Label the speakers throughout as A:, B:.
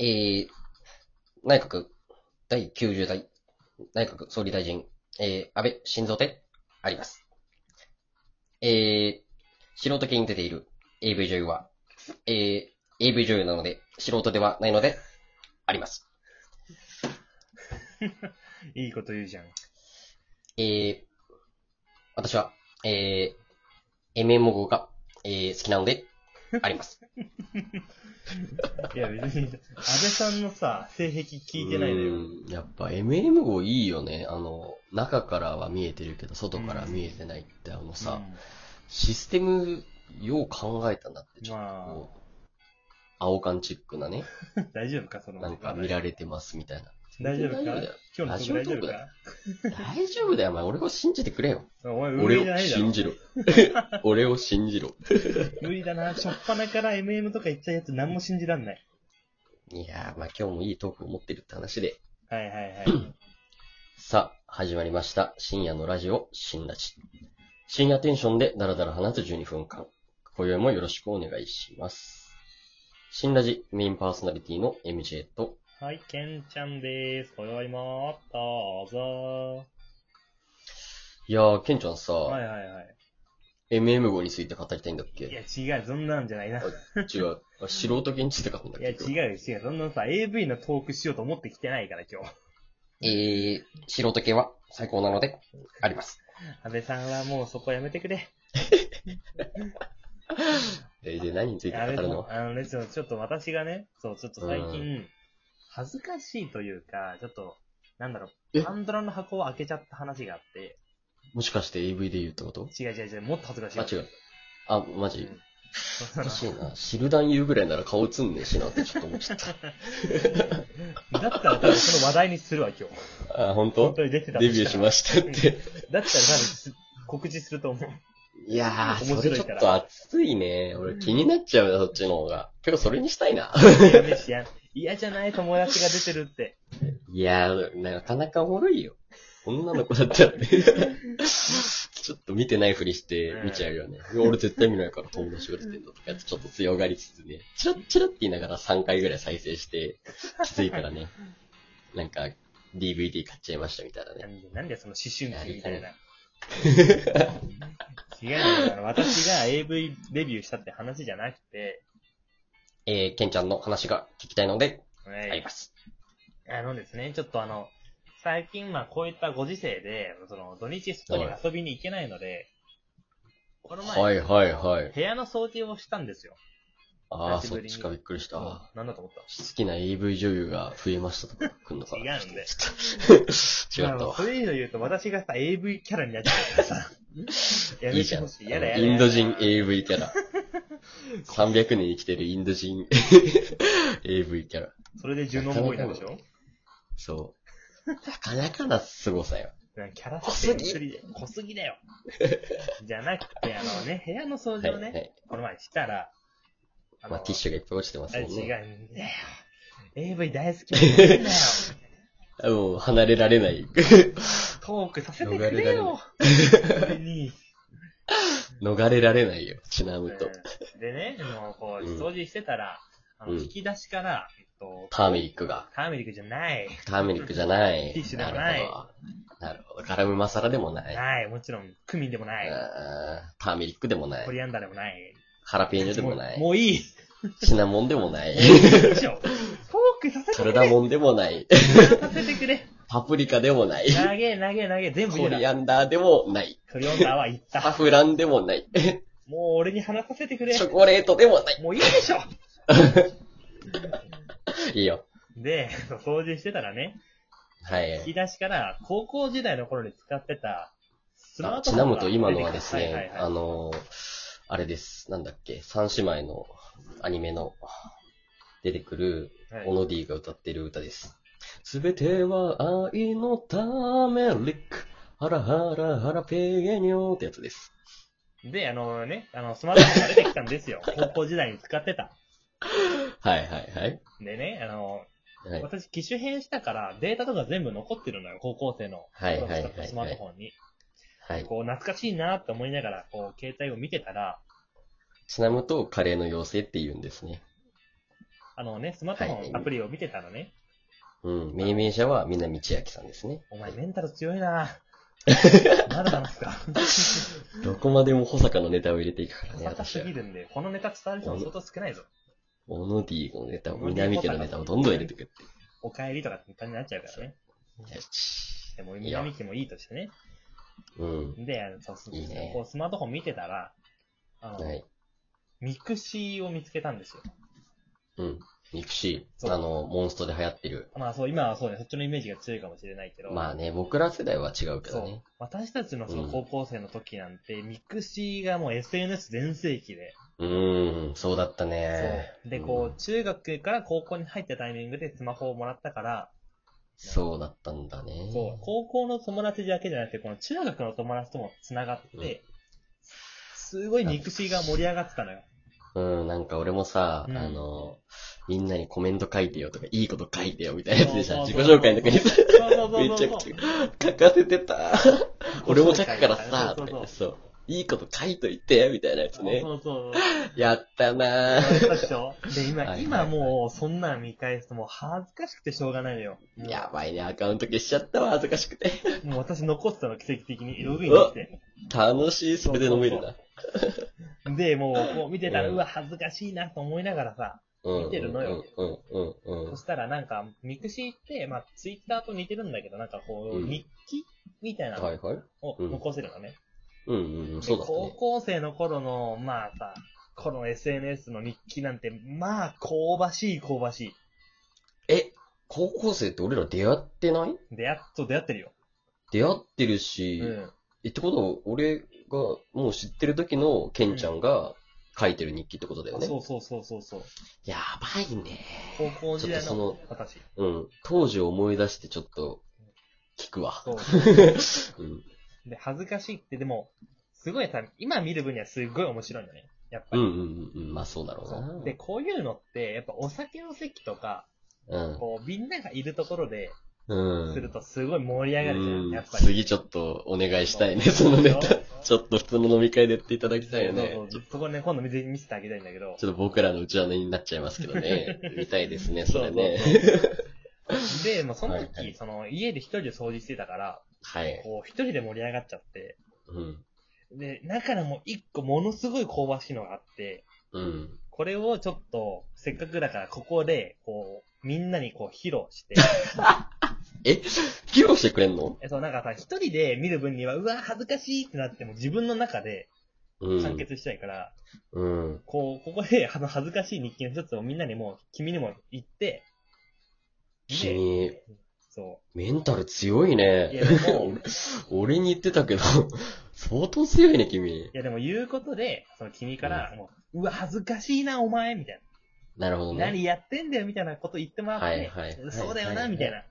A: えー、内閣第90代内閣総理大臣、えー、安倍晋三であります。えー、素人系に出ている AV 女優は、えー、AV 女優なので素人ではないので、あります。
B: いいこと言うじゃん。
A: えー、私は、えー、MMO 号が、えー、好きなの で、あります。
B: いや、別に、安倍さんのさ、性癖聞いてないの
A: う
B: よ。
A: んやっぱ MM 号いいよね。あの、中からは見えてるけど、外から見えてないって、あのさ、システム、よう考えたなって、ちょっとこう、青缶チックなね、
B: うん大丈夫か、その。
A: なんか見られてますみたいな。
B: 大丈夫か
A: 大丈
B: 今日の曲大丈夫
A: ラ
B: か
A: 大丈夫だよ、お前。俺を信じてくれよ。
B: お前、無
A: 俺
B: 理じゃ
A: を
B: ないだ
A: 信
B: ろ。
A: じろ。 俺を信じろ。
B: 無理だな。初っ端から MM とか言っちゃうやつ何も信じらんない。
A: いやー、まあ今日もいいトークを持ってるって話で。
B: はいはいはい。
A: さあ、始まりました。深夜のラジオ、新ラジ。深夜テンションでダラダラ話す12分間。今宵もよろしくお願いします。新ラジ、メインパーソナリティの MJ と、
B: はい、けんちゃんでーす。今宵も、どうぞ
A: いやー、ケンちゃんさ、
B: ー。はいはいはい。
A: MM 号について語りたいんだっけ
B: いや、違う、そんなんじゃないな。い
A: 違う。あ素人現地で書くんだ
B: や、
A: けど。
B: 違う、違う。そんなさ、AV のトークしようと思ってきてないから、今日。
A: えー、素人系は最高なので、あります。
B: 安倍さんはもうそこやめてくれ。
A: え、で、何について語
B: あれ
A: る
B: も
A: の
B: あのね、ちょちょっと私がね、そう、ちょっと最
A: う
B: 近、恥ずかしいというか、ちょっと、なんだろ
A: え
B: う、パンドラの箱を開けちゃった話があって、
A: もしかして AV で言うってこと
B: 違う違う違う、もっと恥ずかしい。
A: あ、違う。あ、マジ
B: うん
A: おかしいな。知る男優ぐらいなら顔映んねえしなってちょっと思っちゃっ
B: だったら多分その話題にするわ、今日。
A: た。あ、本
B: 本
A: 当
B: 当に出てた
A: デ
B: と
A: ビューしましたって。
B: だったら多分す告知すると思う。
A: いやー、
B: 面
A: それ
B: 白
A: ちょっ
B: いから
A: と熱いね。俺気になっちゃうな、そっちの方が。今日それにしたいな。
B: やめしや、嫌じゃない友達が出てるって。
A: いやー、なかなかおもろいよ。女の子だったらね。 ちょっと見てないふりして見ちゃうよね。いや俺絶対見ないから友達が出てんのとかやってちょっと強がりつつね、チラッチラッって言いながら3回ぐらい再生して、気づいたらね、なんか DVD 買っちゃいましたみたいな
B: な
A: ね。
B: んで、なんでその思春期みたいな。違うよあの、私が AV デビューしたって話じゃなくて、
A: えー、ケンちゃんの話が聞きたいので、
B: はい
A: あります。
B: あのですね、ちょっとあの、最近、まあ、こういったご時世で、その、土日外に遊びに行けないので、この前、
A: はいはいはい。
B: 部屋の掃除をしたんですよ。
A: ああ、
B: 久し
A: そ
B: ぶ
A: っ
B: りに
A: ちかびっくりした。好
B: なんだと思った
A: きな AV 女優が増えましたとか来んのかな。
B: 違うんで
A: 違った
B: まあ
A: わ
B: そ。れ以上言うと、私がさ、AV キャラになっちゃうか らさ。や
A: いい
B: め
A: じ
B: て
A: ゃん。
B: ほしい。やだやだ。
A: インド人 AV キャ ラ。300年生きてるインド人 AV キャラ。
B: それでジュノンボーイなんでしょ
A: そう。なかなかな凄さよ。
B: なんかキャラ
A: 濃すぎ
B: 設定で。濃すぎだよ。じゃなくて、あのね、部屋の掃
A: はい、
B: 除を
A: は
B: ね、
A: い。
B: この前したら、あ
A: まあ、ティッシュがいっぱい落ちてます
B: あ
A: もん
B: 違
A: ね。
B: うんだよ。AV 大好きなんだよ。
A: もう離れられない。
B: トークさせてくれよ。俺に。
A: 逃れられないよ。ちなむと。
B: うんでね、もうこう、
A: うん
B: 掃除してたら、あの
A: うん
B: 引き出しから、えっと、
A: ターメリックが。
B: ターメリックじゃない。
A: ターメリックじゃない。
B: ティッシュでもない
A: るほど。なるほど。ガラムマサラでもない。
B: ない、もちろん、クミンでもない。
A: あーターメリックでもな
B: コ
A: い。
B: リアンダーでもない。
A: ハラペーニョでもな
B: う
A: い。
B: ういい。
A: シナモンでも ない。
B: でしょ。トークさせて
A: ト
B: く
A: ル
B: れ。
A: ダモンでも ない。
B: させてくれ。
A: パプリカでもない。
B: 投げ投げ投げ、全部
A: コ
B: 入れ
A: リ
B: た。
A: アンダーでもない。
B: コリアンダーは言っ
A: サ
B: た。
A: フランでもない。
B: もう俺に話させてくれ
A: チ。ョコレートでもない。
B: もういいでしょ。
A: いいよ。
B: で、掃除してたらね、
A: は
B: 引き
A: い。
B: 出しから高校時代の頃に使ってたス
A: あ
B: マー
A: ち
B: トフォ
A: な
B: ン
A: む
B: が
A: と今のはです
B: 出
A: ね
B: てき、た
A: あ
B: はいはいはい
A: のー、あれです。なんだっけ、三姉妹のアニメの出てくる、
B: はい
A: オノディが歌ってる歌です。すべては愛のためリック。ハラハラハラペーニョってやつです。
B: で、あのね、あの、スマートフォンが出てきたんで すよ。高校時代に使ってた。
A: はいはい
B: でね、あの、
A: はい。はい、
B: 私、機種変したから、データとか全部残ってるのよ、高校生の。
A: はいはいはいはい
B: 使ったスマートフォンに。
A: はい。
B: こう、懐かしいなって思いながら、こう、携帯を見てたら、
A: ちなむとカレーの妖精って言うんですね。
B: あのね、スマートフ
A: はい
B: ォンアプリを見てたのね。
A: うん。命名者は南千秋さんですね。
B: お前メンタル強い なまだ話すか。
A: どこまでも保坂のネタを入れていくからね、
B: 硬
A: 私
B: す
A: は
B: ぎ。るんで、このネタ伝わる人も相当少ないぞ。
A: オノディのネタを、南家のネタをどんどん入れていくって。
B: お帰りとかって感じになっちゃうからね。
A: よし。
B: でも、
A: いや
B: 南木もいいとしてね。
A: うん。
B: で、あのそうそう
A: いいね
B: こうスマートフォン見てたら、あの、
A: はい。
B: ミクシーを見つけたんですよ。
A: うん。ミクシ
B: そう
A: ー、あの、モンストで流行ってる。
B: まあそう、今はそうね、そっちのイメージが強いかもしれないけど、
A: まあね、僕ら世代は違うけ
B: そ
A: ど
B: う、
A: ね。
B: 私たちのその
A: うん
B: 高校生の時なんて、ミクシーがもう SNS 全盛期で、
A: うーん、そうだったね。
B: そうで、
A: ん
B: こう、中学から高校に入ったタイミングでスマホをもらったから、
A: そうだったんだね。
B: そう、高校の友達だけじゃなくて、この中学の友達とも繋がって、
A: うん
B: すごいミクシーが盛り上がってたのよ。
A: うん、なんか俺もさ、
B: うん
A: あの、みんなにコメント書いてよとか、いいこと書いてよみたいなやつでさ、
B: そう
A: 自己
B: そうそう
A: 紹介の時にさ、
B: そうそうそうそう
A: めちゃくちゃ書かせてた。俺も書くからさ、
B: そう
A: とか言って
B: そう
A: そう。いいこと書いといて、みたいなやつ
B: そう。
A: ね。
B: そうそうそう。
A: やったなぁ。
B: そうでしょで、今、
A: はいはい
B: 今もう、そんなん見返すともう恥ずかしくてしょうがないのよ。もう
A: やばいね、アカウント消しちゃったわ、恥ずかしくて。
B: もう私残ってたの、奇跡的に。ログインできて。
A: 楽しい、それで飲めるな。
B: で、もう、こう見てたら、
A: うん
B: うわ、恥ずかしいなと思いながらさ、
A: うん
B: 見てるのよ。
A: うん、うん、うん、う
B: そ
A: ん。
B: したらなんか、ミクシーって、まあ、ツイッターと似てるんだけど、なんかこう、
A: うん
B: 日記みたいな
A: は
B: の
A: いはい。
B: を
A: うん
B: 残せるのね。
A: うん、うんうん、
B: で
A: そうだった
B: 高
A: ね。
B: 校生の頃の、まあさ、この SNS の日記なんて、まあ、香ばしい香ばしい。
A: え、高校生って俺ら出会ってない
B: 出会っと出会ってるよ。
A: 出会ってる
B: う
A: し、
B: ん。
A: え、ってことは、俺がもう知ってる時のケンちゃんが書いてる日記ってことだよね。
B: そうそうそうそうそう。
A: やばいね。
B: 高校時代
A: ちょっ
B: の
A: と
B: 私。
A: その、うん、当時を思い出してちょっと、聞くわ。
B: そう。
A: うん、
B: で、恥ずかしいって、でも、すごいさ、今見る分にはすごい面白いよね。やっぱ
A: うん、う
B: り。
A: ん、うん、まあそうだろ
B: そううで、こういうのって、やっぱお酒の席とか、
A: な。
B: こう、みんながいるところで、
A: うん。うん。
B: するとすごい盛り上がるじゃん、
A: うん
B: やっぱり。
A: 次ちょっとお願いしたいね、そのネタ。ち
B: ょっ
A: ょっと普通の飲み会でやっていただきたいよね。
B: そうそうそこね、今度見せ見せてあげたいんだけど。
A: ちょっと僕らのうちわになっちゃいますけど ね。見たいですね、それね。
B: そうそうそうで、もうその時、
A: はいはい
B: その、家で一人で掃除してたから、
A: はい。
B: こう、一人で盛り上がっちゃって、
A: うん。
B: で、中でも一個ものすごい香ばしいのがあって、
A: うん。
B: これをちょっと、せっかくだから、ここで、こう、みんなにこう、披露 して、
A: え、披露してくれんの
B: えそう、なんかさ、一人で見る分には、うわ、恥ずかしいってなっても、自分の中で
A: うん。
B: 完結したいから、
A: うん。
B: こう、ここで、あの、恥ずかしい日記の一つをみんなにも、君にも言って、で
A: 君、
B: そ。
A: メンタル強いう
B: い
A: ね
B: や、。でも、い
A: 俺に言ってたけど、相当強いね、君。
B: や、でも言うことで、その君から、もう、うわ、恥ずかしいな、お前みたい
A: なるほ
B: な。
A: どね。
B: 何やってんだよ、みたいなこと言ってもらって、
A: はいはい
B: そうだよ
A: はいはいは
B: な、
A: い
B: みたいな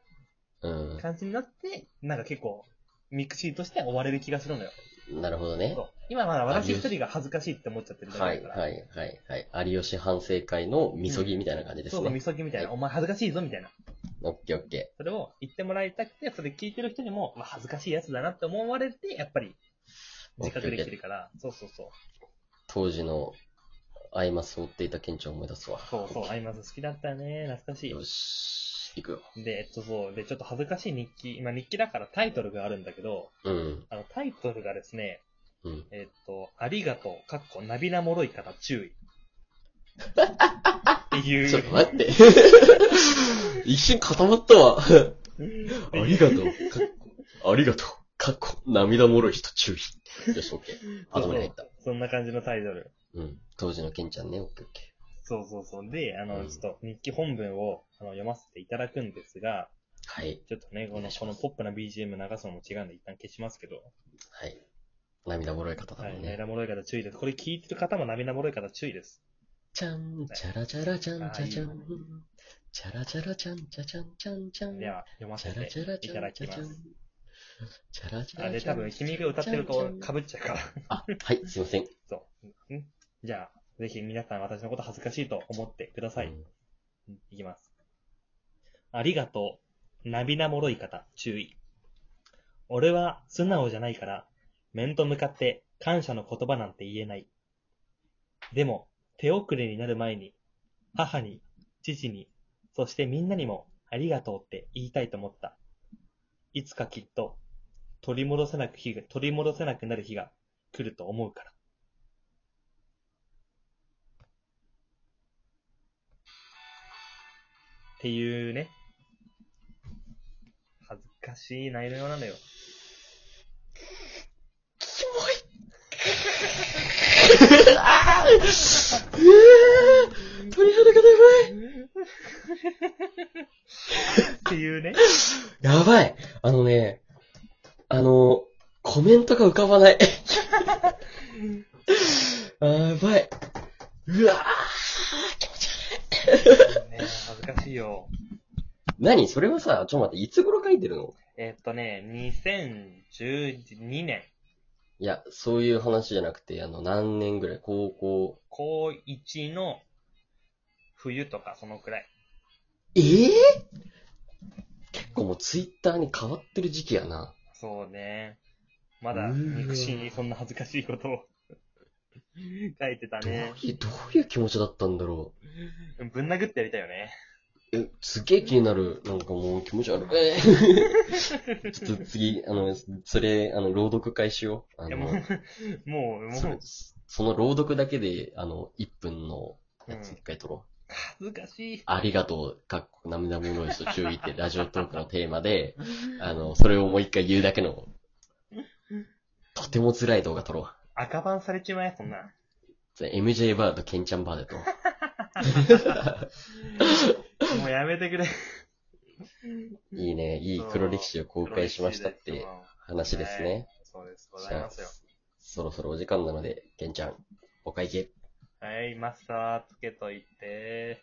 A: う
B: 感じになって、なんか結構、ミクシーとしては終われる気がするのよ。
A: ん。なるほどね
B: そ。う今まだ私一人が恥ずかしいって思っちゃってるだ
A: は
B: け
A: い
B: だから。
A: はいはいはい。有吉反省会のみそぎみたいな感じです
B: そうそう、み
A: ね。
B: そぎみたいな、お前恥ずかしいぞみたいな。
A: オッケーオッケ
B: それを言ってもらいたくて、それ聞いてる人にも、うわ恥ずかしいやつだなって思われて、やっぱり、自覚できてるから、そうそうそう。
A: ー。当時のアイマスを追っていた県庁を思い出すわ。
B: そうそう、アイマス好きだったね、懐かし
A: よし、行くよ。
B: い。で、えっとそう、で、ちょっと恥ずかしい日記、今日記だからタイトルがあるんだけど、
A: うん。
B: あの、タイトルがですね、
A: うん。
B: えっと、ありがとう、かっこ、涙もろい方 注意。っていう。
A: ちょっと待って。 一瞬固まったわ。ありがとう。かっこありがとう。かっこ、涙もろい人注意。よし、オッケー。頭に入った。
B: そんな感じのタイトル。
A: うん。当時のケンちゃんね、オッケーオッケ
B: そうそうそう。で、あの、
A: うん
B: ちょっと日記本文をあの読ませていただくんですが、
A: ー。はい。
B: ちょっとね、こ
A: お願
B: の、
A: いし
B: こ
A: ま
B: の
A: す
B: ポップな BGM 流すのも違うんで一旦消しますけど、
A: はい。涙もろい方だ
B: は
A: も
B: い、
A: んね。
B: 涙もろい方注意です。これ聞いてる方も涙もろい方注意です。
A: ちゃん、ちゃらちゃらちゃんちゃちゃ
B: あ
A: ん。ちゃらちゃらちゃんちゃちゃんちゃんちゃん。
B: では、読ま
A: ち
B: せ
A: ゃらちゃら
B: てい
A: ち
B: た
A: ゃ
B: だ
A: ん
B: き
A: ちゃ
B: ま
A: ちゃん
B: す。。
A: ちゃらちゃ
B: あ、
A: ら
B: で、
A: ちゃん。
B: 多分、君が歌ってると被っちゃうから。
A: あ、はい、すいません。
B: そう。んじゃあ、ぜひ皆さん私のこと恥ずかしいと思ってください。
A: うん
B: うんいきます。ありがとう。涙もろい方、注意。俺は素直じゃないから、面と向かって感謝の言葉なんて言えない。でも、手遅れになる前に、母に、父に、そしてみんなにもありがとうって言いたいと思った。いつかきっと取り戻せなく日が、取り戻せなくなる日が来ると思うから。っていうね。恥ずかしい内容なのよ。
A: あーうー鳥肌が
B: っていうね。
A: やばいやばいあのね、あの、コメントが浮かばない。あーやばい。うわー気持ち悪い。
B: ね恥ずかしいよ。
A: 何それはさ、ちょっと待って、いつ頃書いてるの
B: えっとね、2012年、
A: いや、そういう話じゃなくて、あの、何年ぐらい高校。
B: 高1の冬とかそのくらい。
A: ええ結構もうツイッターに変わってる時期やな。
B: そうね。まだ
A: うーわ
B: 肉親にそんな恥ずかしいことを 書いてた
A: どう
B: ね。
A: いう、どういう気持ちだったんだろ
B: ぶん殴ってやりたいよね。
A: う。え、すげえ気になる。なんかもう気持ち悪い。ちょ っと次、あの、それ、あの、朗読会しよう。あ
B: いや
A: の
B: も、う、もう、も、
A: そうその朗読だけで、あの、1分のやつ
B: うん
A: 一回撮ろう。
B: 恥ずかしい。
A: ありがとう、かっこ涙もろい人注意ってラジオトークのテーマで、あの、それをもう一回言うだけの、とても辛い動画撮ろう。
B: 赤番されちまえ、そんな。
A: それ MJ バーとケンちゃんバーでと。
B: もうやめてくれ。
A: いいね、いい黒歴史を公開しました って話ですね。
B: そうです、ご
A: じ
B: ざい
A: ゃあ
B: ますよ。
A: そろそろお時間なので、ケンちゃん、お会計。
B: はい、マスターつけといて。